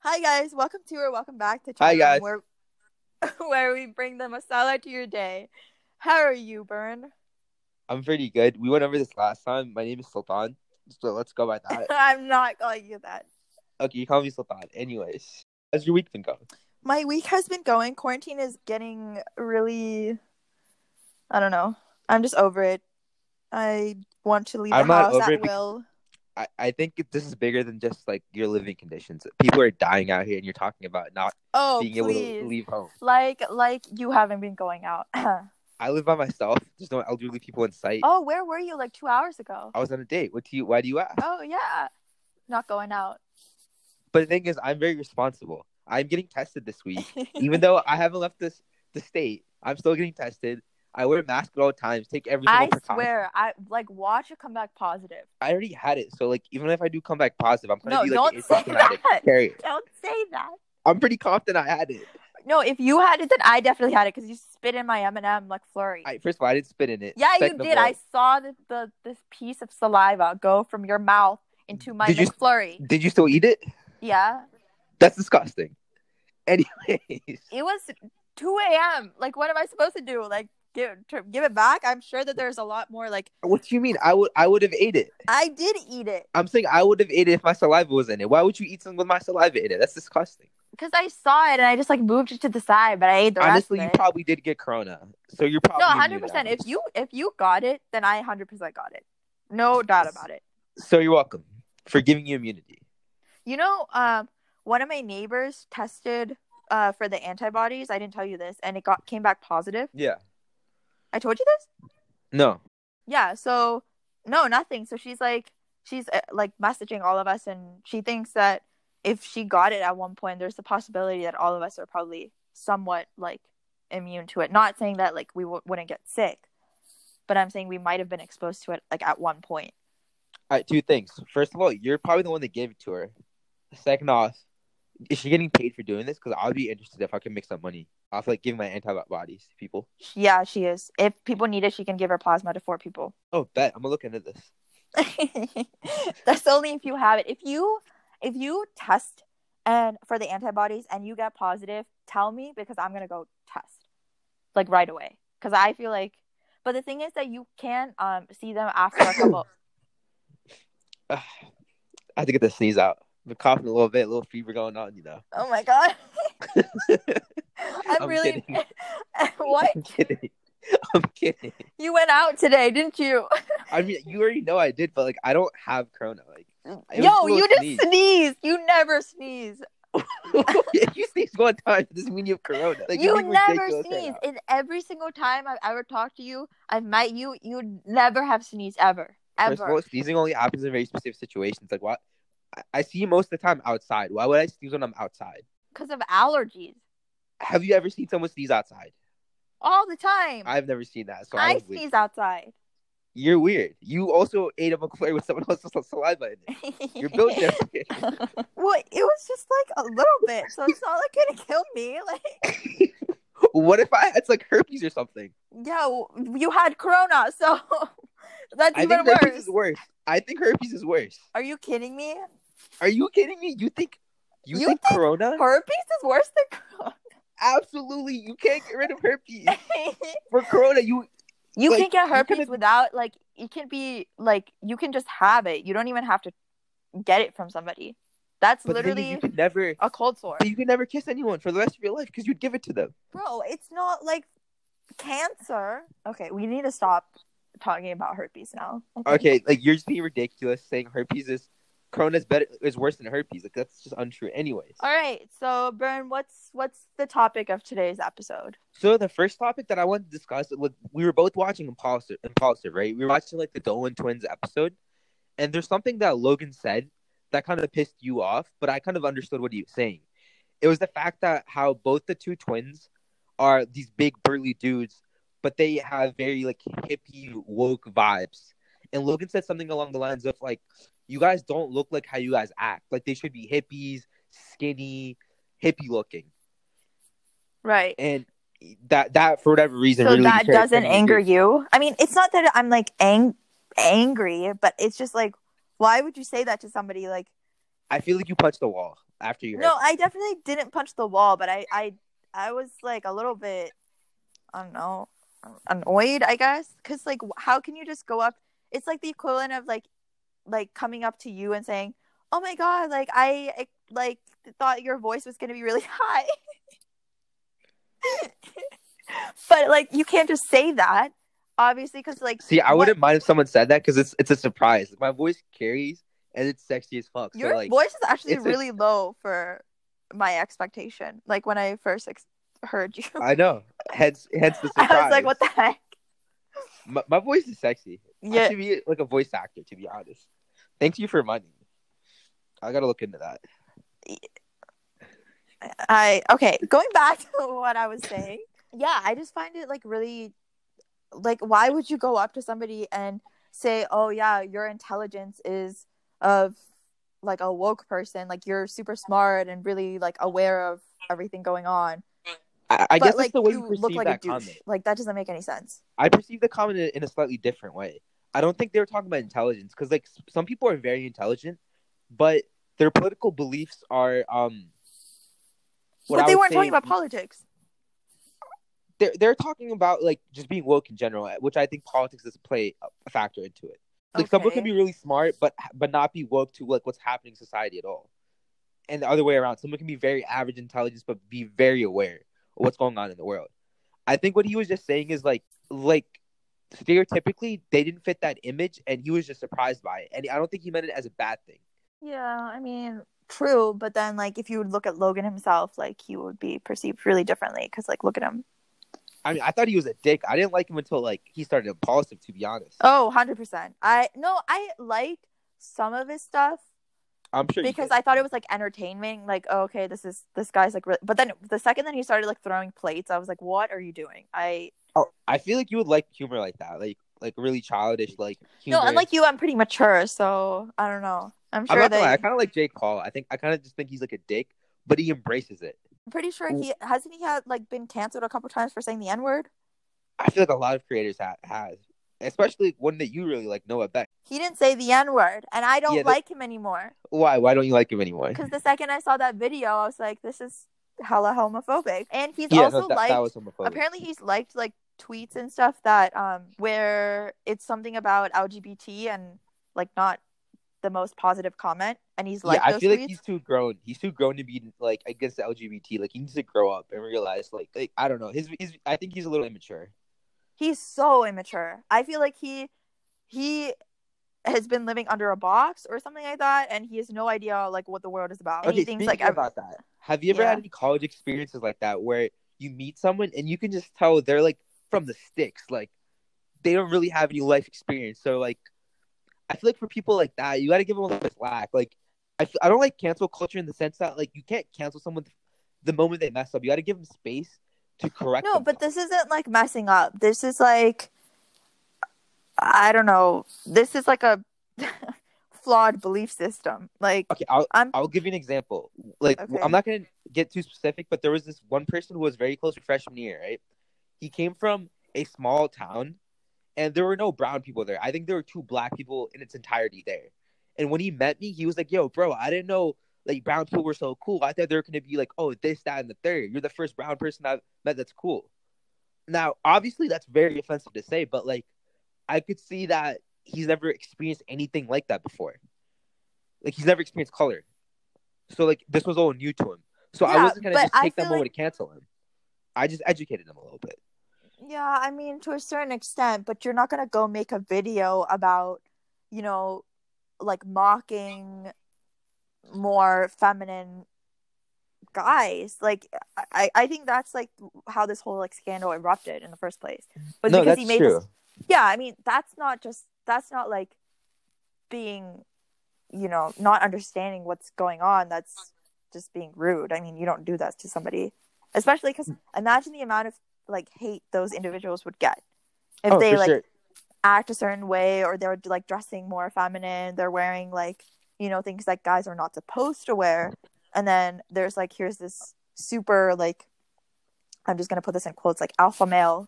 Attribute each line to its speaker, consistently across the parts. Speaker 1: Hi guys, welcome to or welcome back to
Speaker 2: Hi, guys.
Speaker 1: where where we bring the masala to your day. How are you, Bern?
Speaker 2: I'm pretty good. We went over this last time. My name is Sultan, so let's go by that.
Speaker 1: I'm not calling you that.
Speaker 2: okay, you call me Sultan. Anyways, how's your week been going?
Speaker 1: My week has been going. Quarantine is getting really I don't know. I'm just over it. I want to leave
Speaker 2: I'm
Speaker 1: the
Speaker 2: not
Speaker 1: house
Speaker 2: over
Speaker 1: at
Speaker 2: it because-
Speaker 1: will.
Speaker 2: I, I think it- this is bigger than just like your living conditions. People are dying out here, and you're talking about not
Speaker 1: Oh,
Speaker 2: being
Speaker 1: please.
Speaker 2: able to leave home.
Speaker 1: Like like you haven't been going out.
Speaker 2: I live by myself. There's no elderly people in sight.
Speaker 1: oh, where were you like 2 hours ago?
Speaker 2: I was on a date. What do you? Why do you ask?
Speaker 1: Oh, yeah. Not going out.
Speaker 2: But the thing is, I'm very responsible. I'm getting tested this week, even though I haven't left this the state. I'm still getting tested. I wear a mask at all times. Take every single
Speaker 1: I
Speaker 2: precaution.
Speaker 1: swear, I like watch it come back positive.
Speaker 2: I already had it, so like even if I do come back positive, I'm gonna
Speaker 1: No,
Speaker 2: be
Speaker 1: don't
Speaker 2: like
Speaker 1: say
Speaker 2: asymptomatic
Speaker 1: that.
Speaker 2: carrier.
Speaker 1: Don't say that.
Speaker 2: I'm pretty confident I had it.
Speaker 1: No, if you had it, then I definitely had it because you spit in my M and M like flurry.
Speaker 2: I, first of all, I didn't spit in it.
Speaker 1: yeah, you
Speaker 2: Second of
Speaker 1: did.
Speaker 2: all,
Speaker 1: I saw the, the this piece of saliva go from your mouth into my
Speaker 2: Did you-
Speaker 1: McFlurry.
Speaker 2: did you still eat it?
Speaker 1: Yeah,
Speaker 2: That's disgusting. Anyways,
Speaker 1: it was two a.m. Like, what am I supposed to do? Like, give tr- give it back? I'm sure that there's a lot more. Like,
Speaker 2: what do you mean? I would I would have ate it.
Speaker 1: I did eat it
Speaker 2: I'm saying I would have ate it if my saliva was in it. Why would you eat something with my saliva in it? That's disgusting.
Speaker 1: because I saw it and I just like moved it to the side, but I ate the
Speaker 2: Honestly, you
Speaker 1: rest. of it.
Speaker 2: probably did get corona, so you're probably
Speaker 1: no,
Speaker 2: immune
Speaker 1: hundred
Speaker 2: now.
Speaker 1: percent. If you if you got it, then I hundred percent got it. No doubt about it.
Speaker 2: So you're welcome for giving you immunity.
Speaker 1: You know, um, one of my neighbors tested uh for the antibodies. I didn't tell you this, and it got came back positive.
Speaker 2: Yeah.
Speaker 1: I told you this?
Speaker 2: No.
Speaker 1: Yeah. So no, nothing. So she's like, she's uh, like messaging all of us, and she thinks that if she got it at one point, there's the possibility that all of us are probably somewhat like immune to it. Not saying that like we w- wouldn't get sick, but I'm saying we might have been exposed to it like at one point.
Speaker 2: All right, two things. First of all, you're probably the one that gave it to her. Second off, is she getting paid for doing this? Because I'll be interested if I can make some money off like giving my antibodies to people.
Speaker 1: Yeah, she is. If people need it, she can give her plasma to four people.
Speaker 2: Oh, bet I'm gonna look into this.
Speaker 1: That's only if you have it. If you if you test and for the antibodies and you get positive, tell me because I'm gonna go test like right away because I feel like. But the thing is that you can um see them after a couple.
Speaker 2: Ugh. I have to get the sneeze out. Been coughing a little bit, a little fever going on, you know.
Speaker 1: Oh my god! I'm,
Speaker 2: I'm
Speaker 1: really
Speaker 2: kidding.
Speaker 1: what
Speaker 2: I'm kidding. I'm kidding.
Speaker 1: you went out today, didn't you?
Speaker 2: I mean, you already know I did, but like, I don't have corona. Like, it was just
Speaker 1: Yo,
Speaker 2: a little
Speaker 1: you just
Speaker 2: sneeze.
Speaker 1: sneezed. You never sneeze.
Speaker 2: if you sneeze one time, it doesn't mean you have corona. Like,
Speaker 1: you
Speaker 2: you're being
Speaker 1: never
Speaker 2: ridiculous right
Speaker 1: sneeze.
Speaker 2: now.
Speaker 1: In every single time I've ever talked to you, I've met you, you never have sneezed ever.
Speaker 2: First of all,
Speaker 1: Ever.
Speaker 2: sneezing only happens in very specific situations. Like what? I, I see you most of the time outside. Why would I sneeze when I'm outside?
Speaker 1: Because of allergies.
Speaker 2: Have you ever seen someone sneeze outside?
Speaker 1: All the time. I,
Speaker 2: I've never seen that. So I, was weird.
Speaker 1: sneeze outside.
Speaker 2: You're weird. You also ate up a McFlurry with someone else's saliva in it. You're built different.
Speaker 1: Well, it was just like a little bit, so it's not like gonna kill me. Like,
Speaker 2: what if I had like herpes or something?
Speaker 1: yo, you had corona, so that's
Speaker 2: I
Speaker 1: even
Speaker 2: think herpes
Speaker 1: worse.
Speaker 2: is worse. I think herpes is worse.
Speaker 1: Are you kidding me?
Speaker 2: Are you kidding me? You think you,
Speaker 1: You
Speaker 2: think,
Speaker 1: think
Speaker 2: corona?
Speaker 1: Herpes is worse than
Speaker 2: Absolutely. You can't get rid of herpes.
Speaker 1: corona.
Speaker 2: For corona, you
Speaker 1: You
Speaker 2: Like,
Speaker 1: can get
Speaker 2: you
Speaker 1: herpes
Speaker 2: could've-
Speaker 1: without like it can be like you can just have it. You don't even have to get it from somebody. That's
Speaker 2: but the thing is,
Speaker 1: literally
Speaker 2: you could never
Speaker 1: a cold sore.
Speaker 2: But you can never kiss anyone for the rest of your life because you'd give it to them.
Speaker 1: Bro, it's not like cancer. Okay, we need to stop talking about herpes now. I think.
Speaker 2: Okay, like you're just being ridiculous saying herpes is corona's better is worse than herpes. Like that's just untrue. Anyways,
Speaker 1: All right. So, Bern, what's what's the topic of today's episode?
Speaker 2: so the first topic that I wanted to discuss, like we were both watching Impulsive, Impulsive, right? We were watching like the Dolan Twins episode, and there's something that Logan said that kind of pissed you off, but I kind of understood what he was saying. It was the fact that how both the two twins are these big burly dudes, but they have very like hippie woke vibes. And Logan said something along the lines of like, "You guys don't look like how you guys act. Like they should be hippies, skinny, hippie looking."
Speaker 1: Right.
Speaker 2: And that that for whatever reason,
Speaker 1: so
Speaker 2: really
Speaker 1: that
Speaker 2: carried-
Speaker 1: doesn't
Speaker 2: carried
Speaker 1: anger
Speaker 2: me.
Speaker 1: you. I mean, it's not that I'm like ang- angry, but it's just like why would you say that to somebody like
Speaker 2: I feel like you punched the wall. after you heard.
Speaker 1: No, I definitely didn't punch the wall, but I I I was like a little bit I don't know, annoyed, I guess, cuz like how can you just go up it's like the equivalent of like like coming up to you and saying, "Oh my god, like I, I like thought your voice was going to be really high." but like you can't just say that obviously cuz like
Speaker 2: See, I
Speaker 1: what-
Speaker 2: wouldn't mind if someone said that because it's it's a surprise. My voice carries and it's sexy as fuck. So
Speaker 1: Your
Speaker 2: like,
Speaker 1: voice is actually
Speaker 2: it's a-
Speaker 1: really low for my expectation. Like when I first ex- heard you,
Speaker 2: I know. Hence, hence the surprise.
Speaker 1: I was like, "What the heck?"
Speaker 2: My, my voice is sexy. I
Speaker 1: Yeah,
Speaker 2: should be like a voice actor, to be honest. Thank you for reminding me. I gotta look into that.
Speaker 1: I okay. Going back to what I was saying, yeah, I just find it like really, like, why would you go up to somebody and say, "Oh yeah, your intelligence is of like a woke person. Like you're super smart and really like aware of everything going on."
Speaker 2: I, I
Speaker 1: but
Speaker 2: guess
Speaker 1: like
Speaker 2: that's the way
Speaker 1: you
Speaker 2: you
Speaker 1: look
Speaker 2: perceive
Speaker 1: like a
Speaker 2: that
Speaker 1: douche.
Speaker 2: comment.
Speaker 1: Like that doesn't make any sense.
Speaker 2: I perceive the comment in, in a slightly different way. I don't think they were talking about intelligence because like s- some people are very intelligent, but their political beliefs are um. what
Speaker 1: but
Speaker 2: I
Speaker 1: they
Speaker 2: would
Speaker 1: weren't
Speaker 2: say-
Speaker 1: talking about politics.
Speaker 2: They're they're talking about like just being woke in general, which I think politics does play a factor into it. Like someone
Speaker 1: Okay.
Speaker 2: can be really smart, but but not be woke to like what's happening in society at all. And the other way around, someone can be very average intelligence, but be very aware of what's going on in the world. I think what he was just saying is like like stereotypically they didn't fit that image, and he was just surprised by it. And I don't think he meant it as a bad thing.
Speaker 1: Yeah, I mean, true, but then like if you would look at Logan himself, like he would be perceived really differently because like look at him.
Speaker 2: I mean, I thought he was a dick. I didn't like him until like he started impulsive. To be honest,
Speaker 1: Oh, 100%. I no, I like some of his stuff
Speaker 2: I'm sure you
Speaker 1: because
Speaker 2: did.
Speaker 1: I thought it was like entertaining, like oh, okay, this is this guy's like really but then the second that he started like throwing plates, I was like what are you doing? I
Speaker 2: Oh, I feel like you would like humor like that, like like really childish, like humor.
Speaker 1: No, unlike you, I'm pretty mature, so I don't know. I'm
Speaker 2: I'm
Speaker 1: sure
Speaker 2: not
Speaker 1: that
Speaker 2: gonna lie, I kind of like Jake Paul. I think I kind of just think he's like a dick, but he embraces it.
Speaker 1: I'm pretty sure he hasn't he had like been canceled a couple times for saying the n-word.
Speaker 2: I feel like a lot of creators ha- has, especially one that you really like, Noah Beck.
Speaker 1: He didn't say the n-word, and I don't
Speaker 2: Yeah, the-
Speaker 1: like him anymore.
Speaker 2: Why? Why don't you like him anymore?
Speaker 1: because the second I saw that video, I was like, this is hella homophobic. And he's
Speaker 2: Yeah,
Speaker 1: also
Speaker 2: no, that,
Speaker 1: liked.
Speaker 2: that was homophobic.
Speaker 1: apparently, he's liked like tweets and stuff that um where it's something about LGBT and like not the most positive comment, and he's
Speaker 2: yeah,
Speaker 1: liked
Speaker 2: I
Speaker 1: those
Speaker 2: feel
Speaker 1: tweets.
Speaker 2: like he's too grown. He's too grown to be like against the LGBT. Like he needs to grow up and realize, like, like I don't know. His, his I think he's a little immature.
Speaker 1: he's so immature. I feel like he he has been living under a box or something like that, and he has no idea like what the world is about. and he thinks like
Speaker 2: speaking
Speaker 1: ev-
Speaker 2: about that. Have you ever
Speaker 1: Yeah.
Speaker 2: had any college experiences like that where you meet someone and you can just tell they're like from the sticks, like they don't really have any life experience. So like, I feel like for people like that, you got to give them a little bit of slack. Like, I f- I don't like cancel culture in the sense that like you can't cancel someone the moment they mess up. You got to give them space to correct.
Speaker 1: No, but
Speaker 2: themselves.
Speaker 1: this isn't like messing up. This is like I don't know. This is like a flawed belief system. Like
Speaker 2: okay, I'll
Speaker 1: I'm
Speaker 2: I'll give you an example. Like
Speaker 1: Okay.
Speaker 2: I'm not gonna get too specific, but there was this one person who was very close to freshman year, right? He came from a small town, and there were no brown people there. I think there were two black people in its entirety there. And when he met me, he was like, "Yo, bro, I didn't know like brown people were so cool. I thought they were gonna be like, oh, this, that, and the third. You're the first brown person I've met that's cool." Now, obviously, that's very offensive to say, but like, I could see that he's never experienced anything like that before. Like, he's never experienced color, so like this was all new to him. So I
Speaker 1: Yeah,
Speaker 2: wasn't gonna
Speaker 1: but
Speaker 2: just
Speaker 1: I
Speaker 2: take that
Speaker 1: feel
Speaker 2: moment to cancel him. I just educated him a little bit.
Speaker 1: yeah, I mean to a certain extent, but you're not going to go make a video about, you know, like mocking more feminine guys. Like I- I I think that's like how this whole like scandal erupted in the first place. Was
Speaker 2: no,
Speaker 1: because
Speaker 2: that's
Speaker 1: he made
Speaker 2: true.
Speaker 1: this yeah i mean that's not just that's not like being you know not understanding what's going on that's just being rude i mean you don't do that to somebody especially because
Speaker 2: Mm.
Speaker 1: imagine the amount of like hate those individuals would get if
Speaker 2: oh,
Speaker 1: they
Speaker 2: for
Speaker 1: like
Speaker 2: sure.
Speaker 1: act a certain way or they're like dressing more feminine they're wearing like you know things that guys are not supposed to wear and then there's like here's this super like i'm just going to put this in quotes like alpha male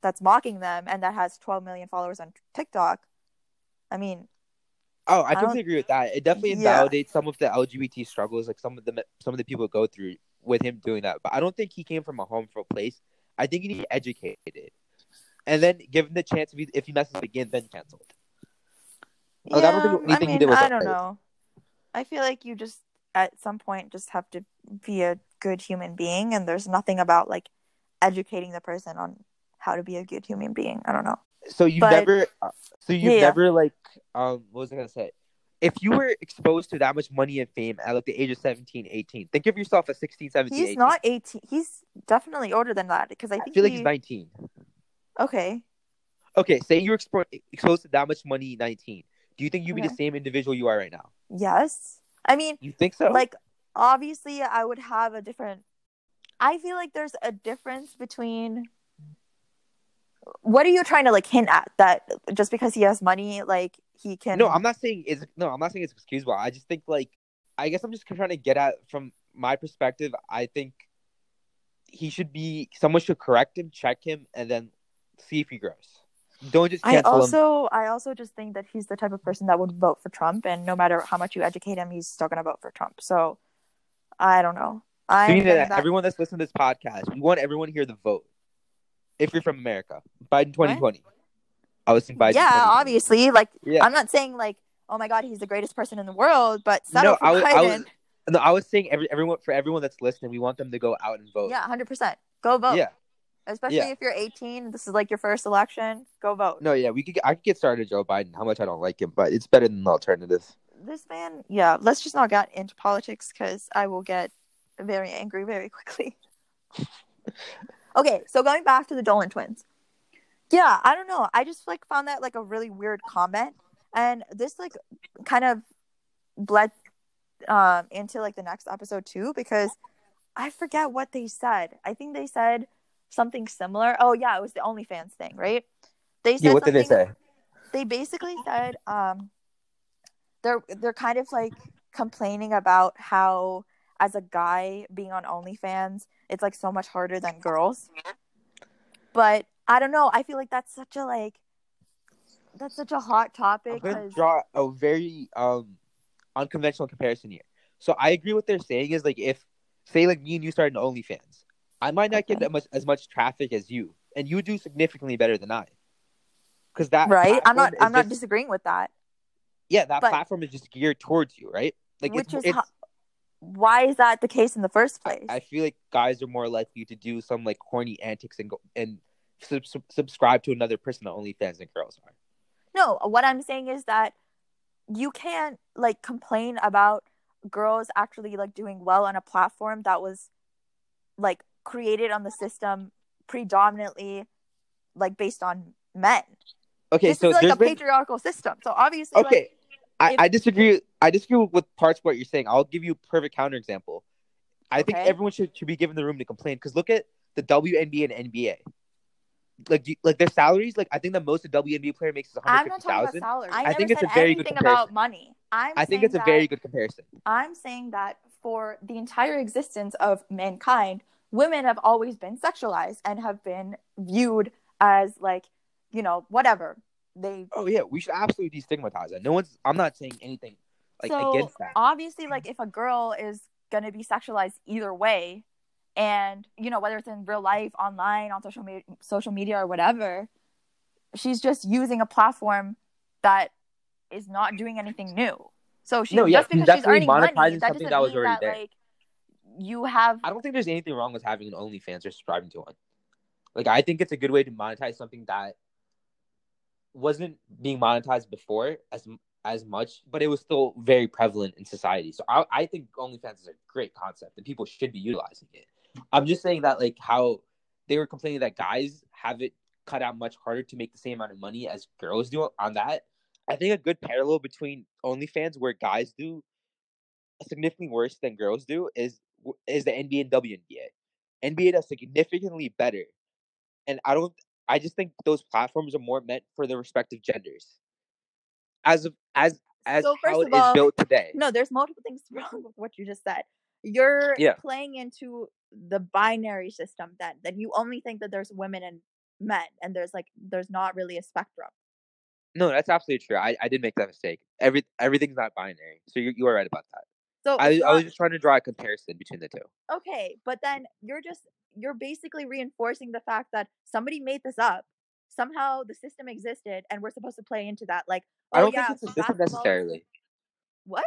Speaker 1: that's mocking them and that has 12 million followers on tiktok i mean
Speaker 2: Oh, I
Speaker 1: I
Speaker 2: completely agree with that. It definitely
Speaker 1: Yeah.
Speaker 2: invalidates some of the LGBT struggles, like some of the some of the people go through with him doing that. But I don't think he came from a harmful place. I think he needs educated, and then given the chance if he, if he messes up again, then canceled. Like, I don't think
Speaker 1: I
Speaker 2: anything he did
Speaker 1: mean,
Speaker 2: was
Speaker 1: I don't
Speaker 2: right.
Speaker 1: know. I feel like you just at some point just have to be a good human being, and there's nothing about like educating the person on how to be a good human being. I don't know.
Speaker 2: So you
Speaker 1: But-
Speaker 2: have never, uh, so you
Speaker 1: Yeah.
Speaker 2: have never like, um, what was I gonna say? If you were exposed to that much money and fame at like the age of 17, 18, think of yourself at 16, 17,
Speaker 1: He's
Speaker 2: 18.
Speaker 1: not 18. He's definitely older than that because I
Speaker 2: I
Speaker 1: think
Speaker 2: feel like
Speaker 1: he-
Speaker 2: he's 19.
Speaker 1: okay.
Speaker 2: Okay, say you're expo- exposed to that much money, 19. Do you think you'd be the
Speaker 1: Okay.
Speaker 2: same individual you are right now?
Speaker 1: Yes. I mean,
Speaker 2: You think so?
Speaker 1: like obviously i would have a different i feel like there's a difference between what are you trying to like hint at that just because he has money like he can
Speaker 2: No, I'm not saying it's no, I'm not saying it's excusable. I just think like I guess I'm just trying to get at from my perspective. I think he should be someone should correct him, check him, and then see if he grows. Don't just
Speaker 1: i
Speaker 2: cancel him.
Speaker 1: also i also just think that he's the type of person that would vote for trump and no matter how much you educate him he's still going to vote for trump so i don't know i
Speaker 2: So you know that
Speaker 1: that-
Speaker 2: everyone that's listening to this podcast, we want everyone here to vote. If you're from America, Biden 2020. I was saying Biden.
Speaker 1: yeah
Speaker 2: 2020.
Speaker 1: obviously like
Speaker 2: Yeah.
Speaker 1: i'm not saying like oh my god he's the greatest person in the world but settle
Speaker 2: No,
Speaker 1: for
Speaker 2: I was, I was
Speaker 1: Biden.
Speaker 2: no, I was saying every, everyone for everyone that's listening, we want them to go out and vote.
Speaker 1: yeah 100% go vote
Speaker 2: Yeah.
Speaker 1: especially
Speaker 2: Yeah.
Speaker 1: if you're 18 this is like your first election go vote
Speaker 2: No, yeah, we could. Get, I could get started with Joe Biden. How much I don't like him, but it's better than the alternative.
Speaker 1: this man yeah let's just not get into politics because i will get very angry very quickly okay so going back to the dolan twins yeah i don't know i just like found that like a really weird comment and this like kind of bled um into like the next episode too because i forget what they said i think they said something similar oh yeah it was the onlyfans thing right they said
Speaker 2: Yeah, what did they
Speaker 1: something-
Speaker 2: say?
Speaker 1: they basically said um they're they're kind of like complaining about how as a guy being on OnlyFans, it's like so much harder than girls. But I don't know, I feel like that's such a like that's such a hot
Speaker 2: I'm
Speaker 1: topic
Speaker 2: gonna
Speaker 1: 'cause-
Speaker 2: draw a very um unconventional comparison here. So I agree what they're saying is like if say like me and you started an OnlyFans, I might not get
Speaker 1: Okay.
Speaker 2: that much as much traffic as you, and you do significantly better than I. Because that
Speaker 1: right? I'm
Speaker 2: platform
Speaker 1: not
Speaker 2: is
Speaker 1: I'm not
Speaker 2: just-
Speaker 1: disagreeing with that.
Speaker 2: yeah that
Speaker 1: but-
Speaker 2: platform is just geared towards you, right? Like
Speaker 1: which
Speaker 2: it's,
Speaker 1: is
Speaker 2: it's
Speaker 1: ho- why is that the case in the first place?
Speaker 2: I feel like guys are more likely to do some like corny antics and go and sub- sub- subscribe to another person on OnlyFans than girls are.
Speaker 1: No, what I'm saying is that you can't like complain about girls actually like doing well on a platform that was like created on the system predominantly like based on men.
Speaker 2: Okay,
Speaker 1: this
Speaker 2: so
Speaker 1: is like
Speaker 2: there's
Speaker 1: a
Speaker 2: been-
Speaker 1: patriarchal system. So obviously like
Speaker 2: okay. I,
Speaker 1: if-
Speaker 2: I disagree. I disagree with parts of what you're saying. I'll give you a perfect counterexample. I think
Speaker 1: Okay.
Speaker 2: everyone should, should be given the room to complain because look at the WNBA and NBA. Like, do you- like their salaries. Like, I think the most a WNBA player makes is one
Speaker 3: I'm
Speaker 2: hundred
Speaker 3: not
Speaker 2: fifty
Speaker 3: talking
Speaker 2: thousand.
Speaker 3: about salary.
Speaker 1: I,
Speaker 3: I,
Speaker 1: never
Speaker 2: think
Speaker 1: said
Speaker 2: it's a very good
Speaker 1: anything about
Speaker 2: comparison.
Speaker 1: money. I'm
Speaker 2: I think
Speaker 1: saying
Speaker 2: it's a
Speaker 1: that-
Speaker 2: very good comparison.
Speaker 1: I'm saying that for the entire existence of mankind, women have always been sexualized and have been viewed as like, you know, whatever. They
Speaker 2: Oh yeah, we should absolutely destigmatize that. No one's. I'm not saying anything like
Speaker 1: So,
Speaker 2: against that. Mm-hmm.
Speaker 1: obviously like if a girl is going to be sexualized either way and you know whether it's in real life online on social media social media or whatever she's just using a platform that is not doing anything new so she
Speaker 2: No, yeah,
Speaker 1: just because
Speaker 2: she's
Speaker 1: she's
Speaker 2: definitely
Speaker 1: earning money that
Speaker 2: monetizing
Speaker 1: doesn't
Speaker 2: something that was
Speaker 1: mean
Speaker 2: already
Speaker 1: that
Speaker 2: there.
Speaker 1: like you have
Speaker 2: I don't think there's anything wrong with having an OnlyFans or subscribing to one. Like I think it's a good way to monetize something that wasn't being monetized before as as much, but it was still very prevalent in society. So I, I think OnlyFans is a great concept and people should be utilizing it. I'm just saying that like how they were complaining that guys have it cut out much harder to make the same amount of money as girls do on that. I think a good parallel between OnlyFans where guys do significantly worse than girls do is is the NBA and WNBA. NBA does significantly better, and I don't. I just think those platforms are more meant for the respective genders, as of as as
Speaker 1: So
Speaker 2: how
Speaker 1: first
Speaker 2: it
Speaker 1: of
Speaker 2: is
Speaker 1: all-
Speaker 2: built today.
Speaker 1: no there's multiple things wrong with what you just said you're
Speaker 2: Yeah.
Speaker 1: playing into the binary system then that you only think that there's women and men and there's like there's not really a spectrum
Speaker 2: No, that's absolutely true. I, I did make that mistake. Every everything's not binary, so you you are right about that.
Speaker 1: So
Speaker 2: I
Speaker 1: it's
Speaker 2: I was
Speaker 1: not-
Speaker 2: just trying to draw a comparison between the two.
Speaker 1: okay, but then you're just you're basically reinforcing the fact that somebody made this up. Somehow the system existed, and we're supposed to play into that. Like,
Speaker 2: I
Speaker 1: oh,
Speaker 2: don't
Speaker 1: yeah,
Speaker 2: think it's a
Speaker 1: so
Speaker 2: system
Speaker 1: basketball-
Speaker 2: necessarily.
Speaker 1: What?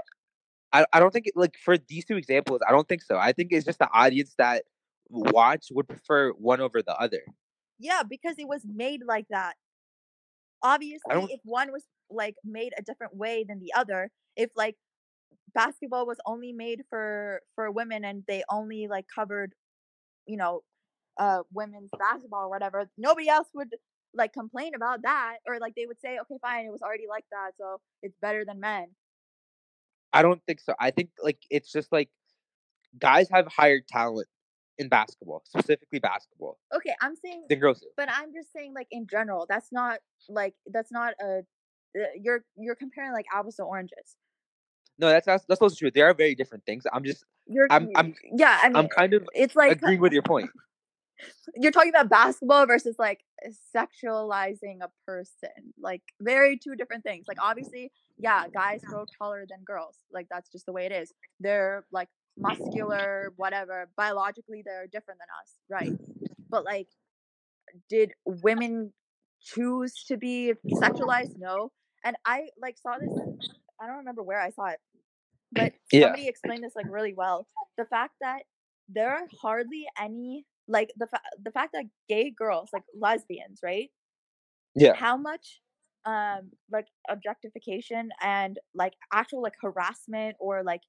Speaker 2: I, I don't think it, like for these two examples, I don't think so. I think it's just the audience that watch would prefer one over the other.
Speaker 1: Yeah, because it was made like that. Obviously,
Speaker 2: don't-
Speaker 1: if one was like made a different way than the other, if like basketball was only made for for women and they only like covered, you know, uh women's basketball or whatever, nobody else would like complain about that or like they would say, "Okay, fine, it was already like that, so it's better than men."
Speaker 2: I don't think so. I think like it's just like guys have higher talent in basketball, specifically basketball,
Speaker 1: Okay, I'm saying
Speaker 2: than girls do.
Speaker 1: but I'm just saying like in general, that's not like that's not a uh, you're you're comparing like apples to oranges.
Speaker 2: No, that's that's, that's also true. They are very different things. I'm just
Speaker 1: You're
Speaker 2: I'm- I'm-
Speaker 1: yeah, I mean,
Speaker 2: I'm kind of
Speaker 1: it's like
Speaker 2: agreeing with your point.
Speaker 1: you're talking about basketball versus like sexualizing a person like very two different things
Speaker 2: Mm.
Speaker 1: like obviously yeah guys grow taller than girls like that's just the way it is they're like muscular whatever biologically they're different than us right but like did women choose to be sexualized no and i like saw this i don't remember where i saw it but
Speaker 2: Yeah.
Speaker 1: somebody explained this like really well the fact that there are hardly any like the fa- the fact that gay girls like lesbians right
Speaker 2: Yeah.
Speaker 1: how much um like objectification and like actual like harassment or like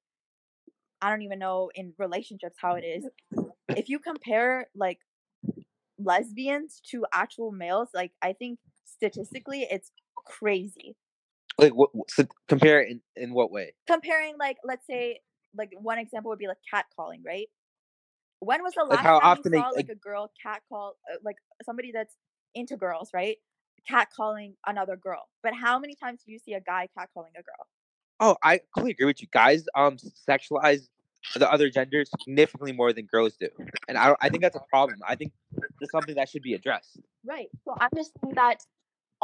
Speaker 1: i don't even know in relationships how it is if you compare like lesbians to actual males like i think statistically it's crazy
Speaker 2: Like what? what- So compare it in in what way?
Speaker 1: comparing like let's say like one example would be like catcalling, right? When was the last
Speaker 2: Like, how
Speaker 1: time
Speaker 2: often
Speaker 1: you
Speaker 2: they-
Speaker 1: saw
Speaker 2: like-
Speaker 1: like a girl catcall uh, like somebody that's into girls, right? Catcalling another girl. But how many times do you see a guy catcalling a girl?
Speaker 2: Oh, I completely agree with you. Guys um sexualize the other gender significantly more than girls do, and I I think that's a problem. I think that's something that should be addressed.
Speaker 1: Right. So I'm just saying that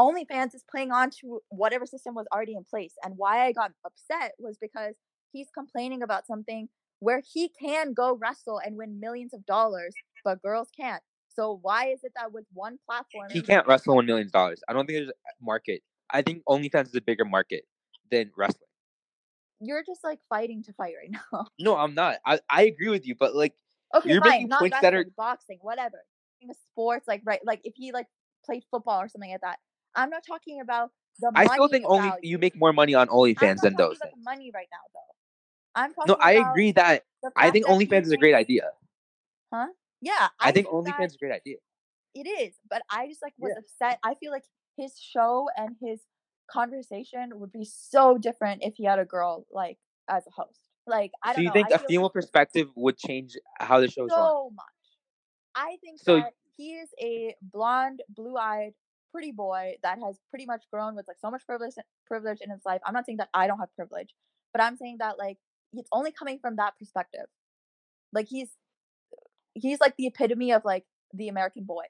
Speaker 1: OnlyFans is playing on to whatever system was already in place. And why I got upset was because he's complaining about something where he can go wrestle and win millions of dollars, but girls can't. So why is it that with one platform
Speaker 2: He can't wrestle one million dollars. I don't think there's a market. I think OnlyFans is a bigger market than wrestling.
Speaker 1: you're just like fighting to fight right now.
Speaker 2: No, I'm not. I, I agree with you, but like
Speaker 1: Okay,
Speaker 2: You're
Speaker 1: fine.
Speaker 2: making
Speaker 1: not
Speaker 2: points that
Speaker 1: wrestling,
Speaker 2: are-
Speaker 1: boxing, whatever. The sports, like right, like if he like played football or something like that. I'm not talking about the
Speaker 2: I
Speaker 1: money
Speaker 2: still think only
Speaker 1: value.
Speaker 2: you make more money on
Speaker 1: I'm
Speaker 2: OnlyFans
Speaker 1: not
Speaker 2: than
Speaker 1: talking
Speaker 2: those.
Speaker 1: About the money right now, though. I'm talking.
Speaker 2: No, I
Speaker 1: about
Speaker 2: agree that
Speaker 1: the
Speaker 2: I
Speaker 1: fact
Speaker 2: think
Speaker 1: that he
Speaker 2: OnlyFans is a
Speaker 1: thinks-
Speaker 2: great idea.
Speaker 1: Yeah,
Speaker 2: I think
Speaker 1: that
Speaker 2: OnlyFans is a great idea.
Speaker 1: It is, but I just like was
Speaker 2: Yeah.
Speaker 1: upset. I feel like his show and his conversation would be so different if he had a girl like as a host. Like I don't
Speaker 2: So you
Speaker 1: know.
Speaker 2: think
Speaker 1: I
Speaker 2: a
Speaker 1: feel-
Speaker 2: female perspective would change how the show is run?
Speaker 1: so much. I think
Speaker 2: So-
Speaker 1: that he is a blonde, blue-eyed, pretty boy that has pretty much grown with like so much privilege privilege in his life. I'm not saying that I don't have privilege, but I'm saying that like it's only coming from that perspective. Like he's he's like the epitome of like the American boy.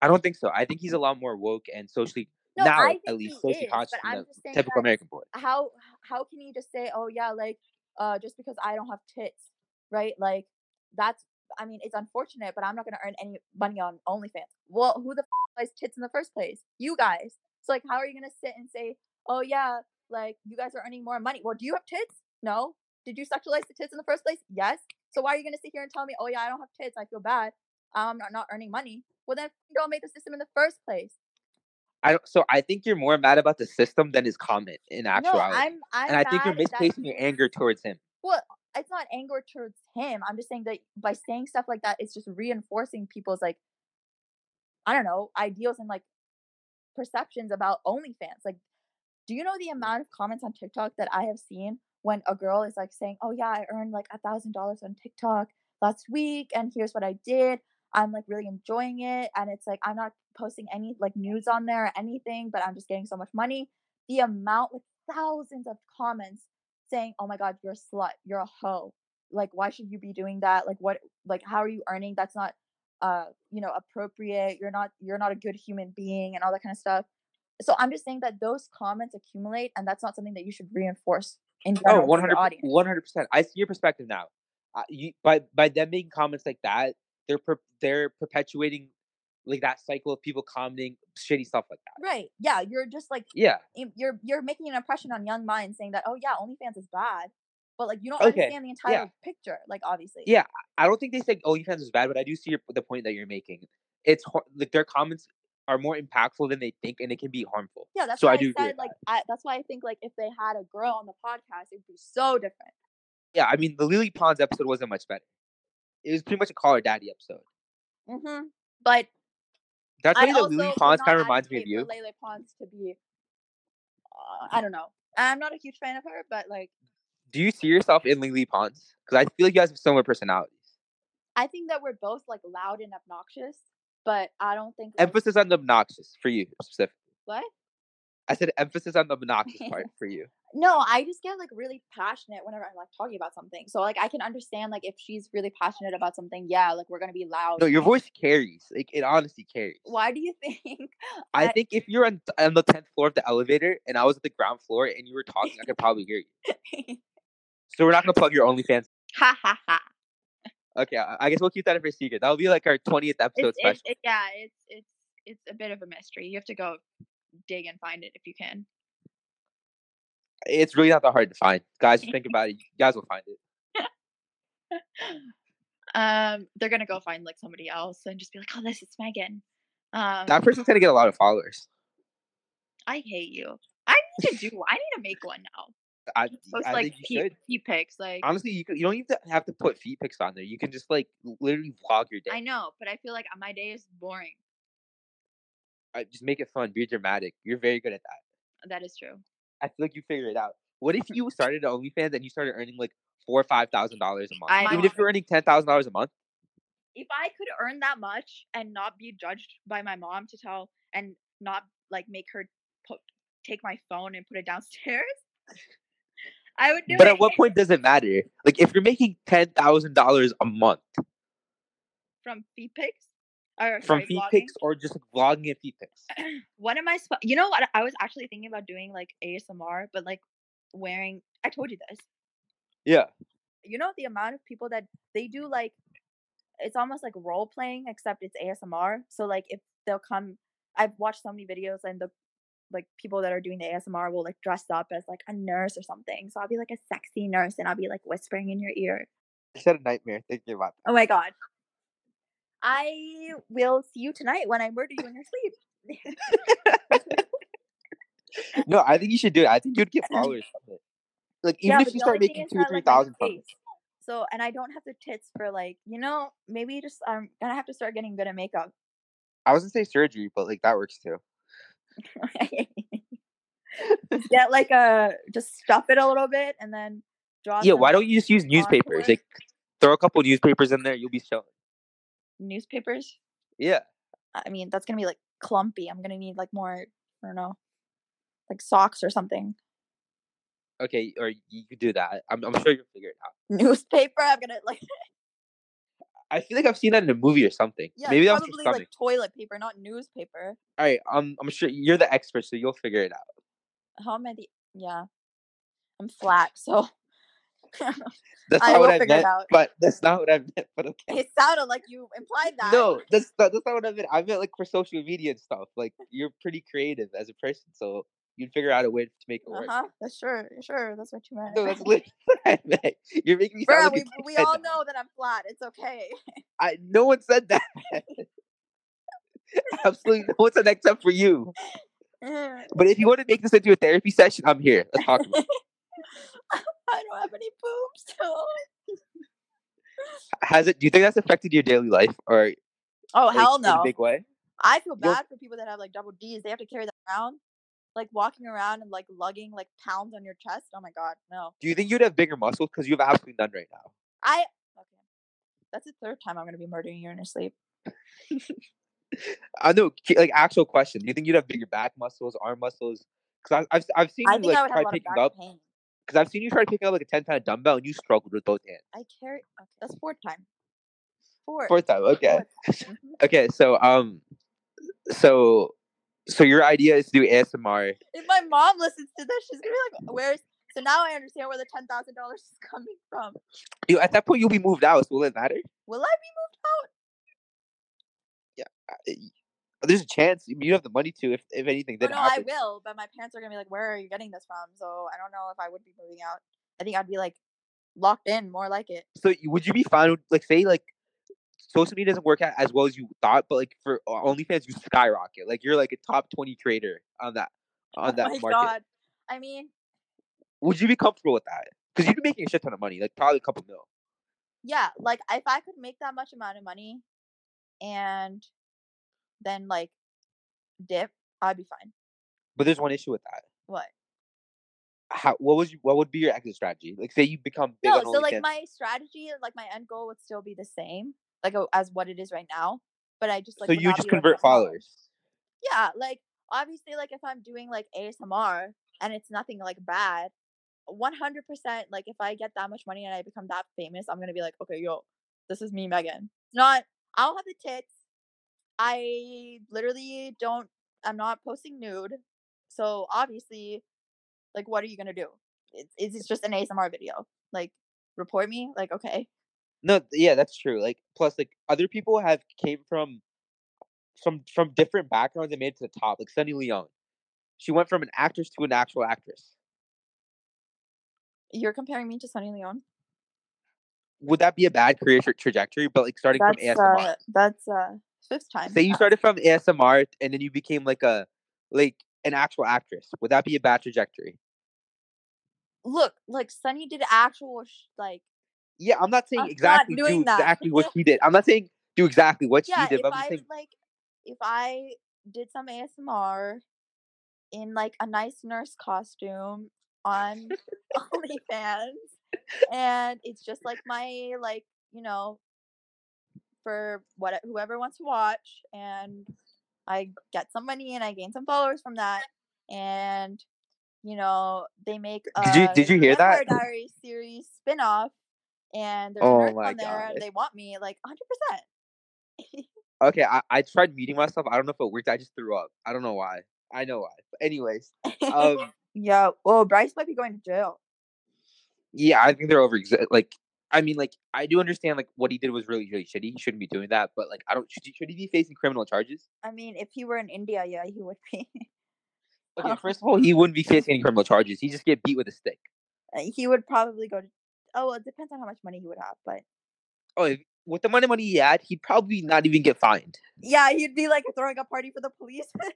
Speaker 2: I don't think so. I think he's a lot more woke and socially now
Speaker 1: I
Speaker 2: at
Speaker 1: think
Speaker 2: least
Speaker 1: he
Speaker 2: socially
Speaker 1: is,
Speaker 2: conscious
Speaker 1: but
Speaker 2: than
Speaker 1: I'm
Speaker 2: the
Speaker 1: just saying
Speaker 2: typical
Speaker 1: that
Speaker 2: American boy.
Speaker 1: how how can you just say oh yeah like uh just because i don't have tits right like that's i mean it's unfortunate but i'm not going to earn any money on onlyfans well who the f- buys tits in the first place you guys so like how are you going to sit and say oh yeah like you guys are earning more money well do you have tits no did you sexualize the tits in the first place yes so why are you going to sit here and tell me oh yeah i don't have tits i feel bad i'm not, not earning money well then you don't make the system in the first place
Speaker 2: I don't, so I think you're more mad about the system than his comment in actuality.
Speaker 1: no i'm, I'm
Speaker 2: and I think you're
Speaker 1: mad that
Speaker 2: misplacing your
Speaker 1: he-
Speaker 2: anger towards him.
Speaker 1: it's not anger towards him. I'm just saying that by saying stuff like that, it's just reinforcing people's like, I don't know, ideals and like perceptions about OnlyFans. Like, do you know the amount of comments on TikTok that I have seen when a girl is like saying, "Oh yeah, I earned like a thousand dollars on TikTok last week, and here's what I did. I'm like really enjoying it, and it's like I'm not posting any like news on there or anything, but I'm just getting so much money." The amount, like thousands of comments saying, "Oh my god, you're a slut, you're a hoe. Like, why should you be doing that? Like, what? Like, how are you earning? That's not, uh, you know, appropriate. You're not, you're not a good human being, and all that kind of stuff." so I'm just saying that those comments accumulate, and that's not something that you should reinforce in
Speaker 2: Oh,
Speaker 1: front of
Speaker 2: 100
Speaker 1: your audience.
Speaker 2: percent. I see your perspective now. Uh, you, by by them making comments like that, they're per, they're perpetuating like that cycle of people commenting shitty stuff like that.
Speaker 1: Right? Yeah, you're just like
Speaker 2: Yeah.
Speaker 1: im- you're you're making an impression on young minds saying that oh yeah, OnlyFans is bad, but like you don't
Speaker 2: Okay,
Speaker 1: understand the entire
Speaker 2: yeah.
Speaker 1: picture. Like obviously,
Speaker 2: Yeah, I don't think they said OnlyFans is bad, but I do see your, the point that you're making. It's har- like their comments are more impactful than they think, and it can be harmful.
Speaker 1: yeah. That's
Speaker 2: So
Speaker 1: why
Speaker 2: I
Speaker 1: I,
Speaker 2: do agree
Speaker 1: said
Speaker 2: with
Speaker 1: like I, that's why I think like if they had a girl on the podcast, it'd be so different.
Speaker 2: Yeah, I mean the Lily Pons episode wasn't much better. It was pretty much a call her daddy episode.
Speaker 1: Mm-hmm. But
Speaker 2: That's
Speaker 1: I
Speaker 2: funny
Speaker 1: also
Speaker 2: that Lily
Speaker 1: would
Speaker 2: Pons
Speaker 1: not
Speaker 2: kind of reminds me of
Speaker 1: advocate
Speaker 2: you.
Speaker 1: for Lele Pons to be, uh, I don't know. I'm not a huge fan of her, but like
Speaker 2: Do you see yourself in Lily Pons? Because I feel like you guys have similar personalities.
Speaker 1: I think that we're both like loud and obnoxious, but I don't think like,
Speaker 2: Emphasis on the obnoxious for you specifically.
Speaker 1: what.
Speaker 2: I said emphasis on the obnoxious part for you.
Speaker 1: No, I just get like really passionate whenever I'm like talking about something. So like I can understand like if she's really passionate about something, yeah, like we're gonna be loud.
Speaker 2: No, your
Speaker 1: and-
Speaker 2: voice carries. Like it honestly carries.
Speaker 1: Why do you think?
Speaker 2: I
Speaker 1: I-
Speaker 2: think if you're on, on the tenth floor of the elevator and I was at the ground floor and you were talking, I could probably hear you. So we're not gonna plug your OnlyFans.
Speaker 1: ha ha ha!
Speaker 2: Okay, I I guess we'll keep that in for a secret. That'll be like our twentieth episode
Speaker 1: It's,
Speaker 2: special.
Speaker 1: it's, it, yeah, it's it's it's a bit of a mystery. You have to go dig and find it if you can.
Speaker 2: It's really not that hard to find, guys. just Think about it. You guys will find it.
Speaker 1: Um, they're gonna go find like somebody else and just be like, "Oh, this is Megan." Um,
Speaker 2: That person's gonna get a lot of followers.
Speaker 1: I hate you. I need to do. I need to make one now.
Speaker 2: I,
Speaker 1: Post
Speaker 2: I
Speaker 1: like
Speaker 2: think you
Speaker 1: pee
Speaker 2: should.
Speaker 1: pee pics. Like
Speaker 2: Honestly, you could, you don't even have to put feet pics on there. You can just like literally vlog your
Speaker 1: I
Speaker 2: day.
Speaker 1: know, but I feel like my day is boring.
Speaker 2: I, uh, just make it fun. Be dramatic. You're very good at that.
Speaker 1: That is true.
Speaker 2: I feel like you figure it out. What if you started an OnlyFans and you started earning like four or five thousand dollars a month?
Speaker 1: I
Speaker 2: Even
Speaker 1: know.
Speaker 2: if you're earning ten thousand dollars a month,
Speaker 1: if I could earn that much and not be judged by my mom to tell and not like make her put, take my phone and put it downstairs, I would do
Speaker 2: but
Speaker 1: it.
Speaker 2: at what point does it matter? Like if you're making ten thousand dollars a month
Speaker 1: from feed pics or
Speaker 2: from
Speaker 1: sorry,
Speaker 2: feet
Speaker 1: vlogging.
Speaker 2: pics or just like, vlogging and feet pics,
Speaker 1: What am I supposed? You know what? I was actually thinking about doing like ASMR, but like wearing. I told you this.
Speaker 2: yeah,
Speaker 1: You know the amount of people that they do like. It's almost like role playing, except it's ASMR. So like if they'll come, I've watched so many videos and the like people that are doing the ASMR will like dress up as like a nurse or something. So I'll be like a sexy nurse and I'll be like whispering in your ear.
Speaker 2: just had a nightmare thinking about
Speaker 1: Oh my god. I will see you tonight when I murder you in your sleep.
Speaker 2: that. No, I think you should do it. I think you'd get followers from it. Like even
Speaker 1: Yeah,
Speaker 2: if
Speaker 1: but
Speaker 2: you
Speaker 1: the
Speaker 2: start
Speaker 1: only
Speaker 2: making
Speaker 1: thing
Speaker 2: two
Speaker 1: is
Speaker 2: or
Speaker 1: that,
Speaker 2: three
Speaker 1: like, my
Speaker 2: thousand from it.
Speaker 1: face. So and I don't have the tits for like, you know, maybe just I'm gonna have to start getting good at makeup.
Speaker 2: I was gonna say surgery, but like that works too.
Speaker 1: Just Get like a just stuff it a little bit and then draw
Speaker 2: Yeah,
Speaker 1: some
Speaker 2: why don't you just use
Speaker 1: contours.
Speaker 2: newspapers? Like throw a couple newspapers in there, you'll be chilling.
Speaker 1: newspapers?
Speaker 2: Yeah.
Speaker 1: I mean, that's gonna be like clumpy. I'm gonna need like more, I don't know, like socks or something.
Speaker 2: Okay, or you could do that. I'm, I'm sure you'll figure it out.
Speaker 1: Newspaper. I'm gonna like
Speaker 2: I feel like I've seen that in a movie or something.
Speaker 1: yeah,
Speaker 2: Maybe that was
Speaker 1: probably
Speaker 2: just
Speaker 1: like
Speaker 2: something.
Speaker 1: toilet paper, not newspaper.
Speaker 2: All right, um, I'm sure you're the expert, so you'll figure it out.
Speaker 1: How am I the yeah? I'm flat, so
Speaker 2: That's
Speaker 1: I
Speaker 2: not what
Speaker 1: will
Speaker 2: I
Speaker 1: figure it
Speaker 2: meant,
Speaker 1: out.
Speaker 2: but that's not what I meant. But okay.
Speaker 1: it sounded like you implied that.
Speaker 2: No, that's not, that's not what I meant. I meant like for social media and stuff. Like you're pretty creative as a person, so you'd figure out a way to make it
Speaker 1: Uh
Speaker 2: work.
Speaker 1: huh. That's sure, sure. That's what you meant.
Speaker 2: No, that's literally what I meant. You're making me
Speaker 1: Bruh,
Speaker 2: sound
Speaker 1: we,
Speaker 2: like a
Speaker 1: we
Speaker 2: dickhead
Speaker 1: all
Speaker 2: now.
Speaker 1: know that I'm flat. It's okay.
Speaker 2: I no one said that. Absolutely, no one said that except for you.
Speaker 1: I
Speaker 2: But if you want to make this into a therapy session, I'm here. Let's talk about. it.
Speaker 1: don't have any boobs. So.
Speaker 2: Has it? Do you think that's affected your daily life or
Speaker 1: Oh
Speaker 2: like,
Speaker 1: hell
Speaker 2: in a
Speaker 1: no!
Speaker 2: big way?
Speaker 1: I feel
Speaker 2: You'll-
Speaker 1: bad for people that have like double D's. They have to carry that around, like walking around and like lugging like pounds on your chest. Oh my god, no!
Speaker 2: Do you think you'd have bigger muscles? Because you have absolutely none right now.
Speaker 1: I okay. That's the third time I'm gonna be murdering you in your sleep.
Speaker 2: I know, ki- like actual question. Do you think you'd have bigger back muscles, arm muscles? Because I've I've seen
Speaker 1: I
Speaker 2: you
Speaker 1: think I would
Speaker 2: like
Speaker 1: have a
Speaker 2: try
Speaker 1: lot of
Speaker 2: picking
Speaker 1: back
Speaker 2: up.
Speaker 1: pain.
Speaker 2: Because I've seen you try picking up like a ten pound dumbbell and you struggled with both hands.
Speaker 1: I carry. Okay, that's fourth time. Four.
Speaker 2: Fourth time, okay,
Speaker 1: fourth time. Mhm.
Speaker 2: okay. So um, so So your idea is to do ASMR.
Speaker 1: If my mom listens to this, she's gonna be like, "Where's?" So now I understand where the ten thousand dollars is coming from.
Speaker 2: You at that point you'll be moved out. So will it matter?
Speaker 1: Will I be moved out?
Speaker 2: eh, There's a chance you have the money to. If if anything,
Speaker 1: Oh,
Speaker 2: then
Speaker 1: no, I will. But my parents are gonna be like, "Where are you getting this from?" So I don't know if I would be moving out. I think I'd be like locked in, more like it.
Speaker 2: so you- would you be fine with like say like social media doesn't work out as well as you thought, but like for o- OnlyFans you skyrocket. Like you're like a top twenty creator on that on that
Speaker 1: oh my
Speaker 2: market.
Speaker 1: god! I mean,
Speaker 2: Would you be comfortable with that? Because you'd be making a shit ton of money, like probably a couple mil.
Speaker 1: yeah, like if I could make that much amount of money, and then like dip, I'd be fine.
Speaker 2: But there's one issue with that.
Speaker 1: What?
Speaker 2: How what was you, what would be your exit strategy? Like say you become big
Speaker 1: no,
Speaker 2: on
Speaker 1: so like
Speaker 2: OnlyFans.
Speaker 1: my strategy, like my end goal would still be the same, like uh, as what it is right now. But I just like
Speaker 2: so
Speaker 1: would
Speaker 2: you
Speaker 1: not
Speaker 2: just
Speaker 1: be able to
Speaker 2: convert
Speaker 1: follow.
Speaker 2: followers.
Speaker 1: Yeah, like obviously, like if I'm doing like ASMR and it's nothing like bad, one hundred percent. Like if I get that much money and I become that famous, I'm gonna be like, okay, yo, this is me, Megan. Not, I don't have the tits. I literally don't. I'm not posting nude. So obviously, like, what are you gonna do? It's it's just an ASMR video. Like, report me. Like, okay.
Speaker 2: No, th- yeah, that's true. Like plus like other people have came from from from different backgrounds and made it to the top. Like Sunny Leon. She went from an actress to an actual actress.
Speaker 1: You're comparing me to Sunny Leon.
Speaker 2: would that be a bad career tra- trajectory? But like starting from
Speaker 1: That's
Speaker 2: ASMR,
Speaker 1: uh, that's uh, fifth time.
Speaker 2: say you
Speaker 1: now.
Speaker 2: started from ASMR and then you became like a like an actual actress, would that be a bad trajectory?
Speaker 1: Look, like Sunny did actual sh- like
Speaker 2: Yeah, I'm not saying
Speaker 1: I'm not
Speaker 2: exactly
Speaker 1: doing
Speaker 2: do
Speaker 1: that.
Speaker 2: exactly what she did. I'm not saying do exactly what
Speaker 1: yeah.
Speaker 2: she did.
Speaker 1: If
Speaker 2: But I'm
Speaker 1: I
Speaker 2: just saying
Speaker 1: like, if I did some ASMR in like a nice nurse costume on OnlyFans, and it's just like my like you know for what whoever wants to watch, and I get some money and I gain some followers from that, and you know they make
Speaker 2: Did you-
Speaker 1: a
Speaker 2: did you hear that?
Speaker 1: Vampire Diary series spin-off and there's
Speaker 2: Oh
Speaker 1: a nurse
Speaker 2: my
Speaker 1: on there
Speaker 2: God.
Speaker 1: and they want me like 100%.
Speaker 2: okay, I, I tried meeting myself. I don't know if it worked. I just threw up. I don't know why. I know why. But anyways, um,
Speaker 1: yeah. Well, Bryce might be going to jail.
Speaker 2: yeah, I think they're over. Like, I mean, like I do understand like what he did was really really shitty. He shouldn't be doing that. But like, I don't should he, should he be facing criminal charges?
Speaker 1: I mean, if he were in India, yeah, he would be.
Speaker 2: Okay,
Speaker 1: Oh.
Speaker 2: first of all, he wouldn't be facing any criminal charges. He just get beat with a stick.
Speaker 1: Uh, he would probably go to. Oh, well, it depends on how much money he would have, but
Speaker 2: Oh, if, with the amount of money he had, he'd probably not even get fined.
Speaker 1: yeah, he'd be like throwing a party for the police.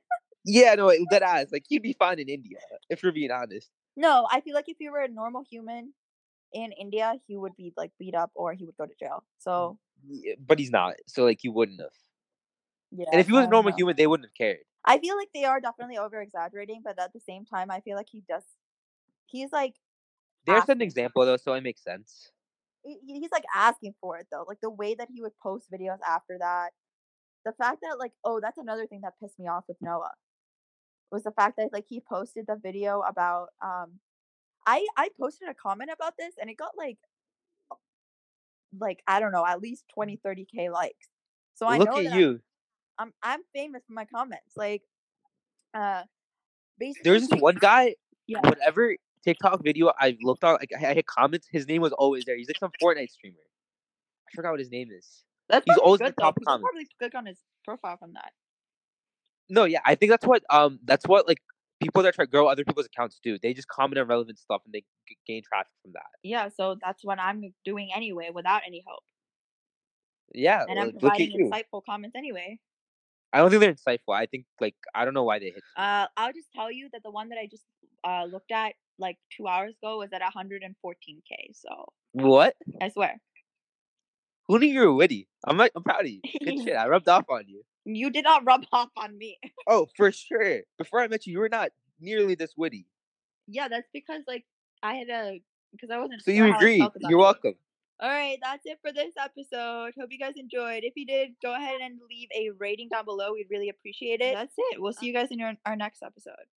Speaker 2: Yeah, no, wait, that ass. Like he'd be fine in India if we're being honest.
Speaker 1: no, I feel like if he were a normal human in India, he would be like beat up or he would go to jail.
Speaker 2: Mm.
Speaker 1: So
Speaker 2: Yeah, But he's not, so like he wouldn't have.
Speaker 1: yeah.
Speaker 2: And if he
Speaker 1: I
Speaker 2: was a
Speaker 1: don't
Speaker 2: normal
Speaker 1: know.
Speaker 2: human, they wouldn't have cared.
Speaker 1: I feel like they are definitely over exaggerating, but at the same time, I feel like he does. He's like
Speaker 2: There's
Speaker 1: Ask-
Speaker 2: an example though, so it makes sense.
Speaker 1: he- he- he's like asking for it though. Like the way that he would post videos after that, the fact that like oh that's another thing that pissed me off with Noah was the fact that like he posted the video about um I I posted a comment about this and it got like like I don't know at least 20 30k likes. So I
Speaker 2: Look
Speaker 1: know
Speaker 2: at
Speaker 1: that
Speaker 2: you.
Speaker 1: I'm I'm famous for my comments. Like uh basically
Speaker 2: There's this
Speaker 1: he-
Speaker 2: one guy.
Speaker 1: Yeah.
Speaker 2: Whatever TikTok video I've looked on, like I I had comments. His name was always there. He's like some Fortnite streamer. I forgot what his name is.
Speaker 1: that's
Speaker 2: he's
Speaker 1: probably
Speaker 2: always in
Speaker 1: good,
Speaker 2: the
Speaker 1: though.
Speaker 2: top
Speaker 1: People
Speaker 2: comments.
Speaker 1: probably click on his profile from that.
Speaker 2: No, yeah, I think that's what um that's what like people that try to grow other people's accounts do. They just comment on relevant stuff and they g- gain traffic from that.
Speaker 1: Yeah, so that's what I'm doing anyway without any help.
Speaker 2: Yeah,
Speaker 1: and I'm
Speaker 2: like, Uh, look at
Speaker 1: providing
Speaker 2: you.
Speaker 1: insightful comments anyway.
Speaker 2: I don't think they're insightful. I think like I don't know why they hit.
Speaker 1: Uh, I'll just tell you that the one that I just uh, looked at like two hours ago was at 114k. So
Speaker 2: What?
Speaker 1: I swear,
Speaker 2: Who knew you were witty? I'm like I'm proud of you. Good shit. I rubbed off on you.
Speaker 1: you did not rub off on me.
Speaker 2: Oh, for sure. Before I met you, you were not nearly this witty.
Speaker 1: yeah, that's because like I had a because I wasn't.
Speaker 2: So
Speaker 1: sure
Speaker 2: you
Speaker 1: how I
Speaker 2: agree.
Speaker 1: felt about
Speaker 2: You're
Speaker 1: it.
Speaker 2: welcome.
Speaker 1: All right, that's it for this episode. Hope you guys enjoyed. If you did, go Uh ahead and leave a rating down below. We'd really appreciate it. That's it. We'll see you guys in your, our next episode.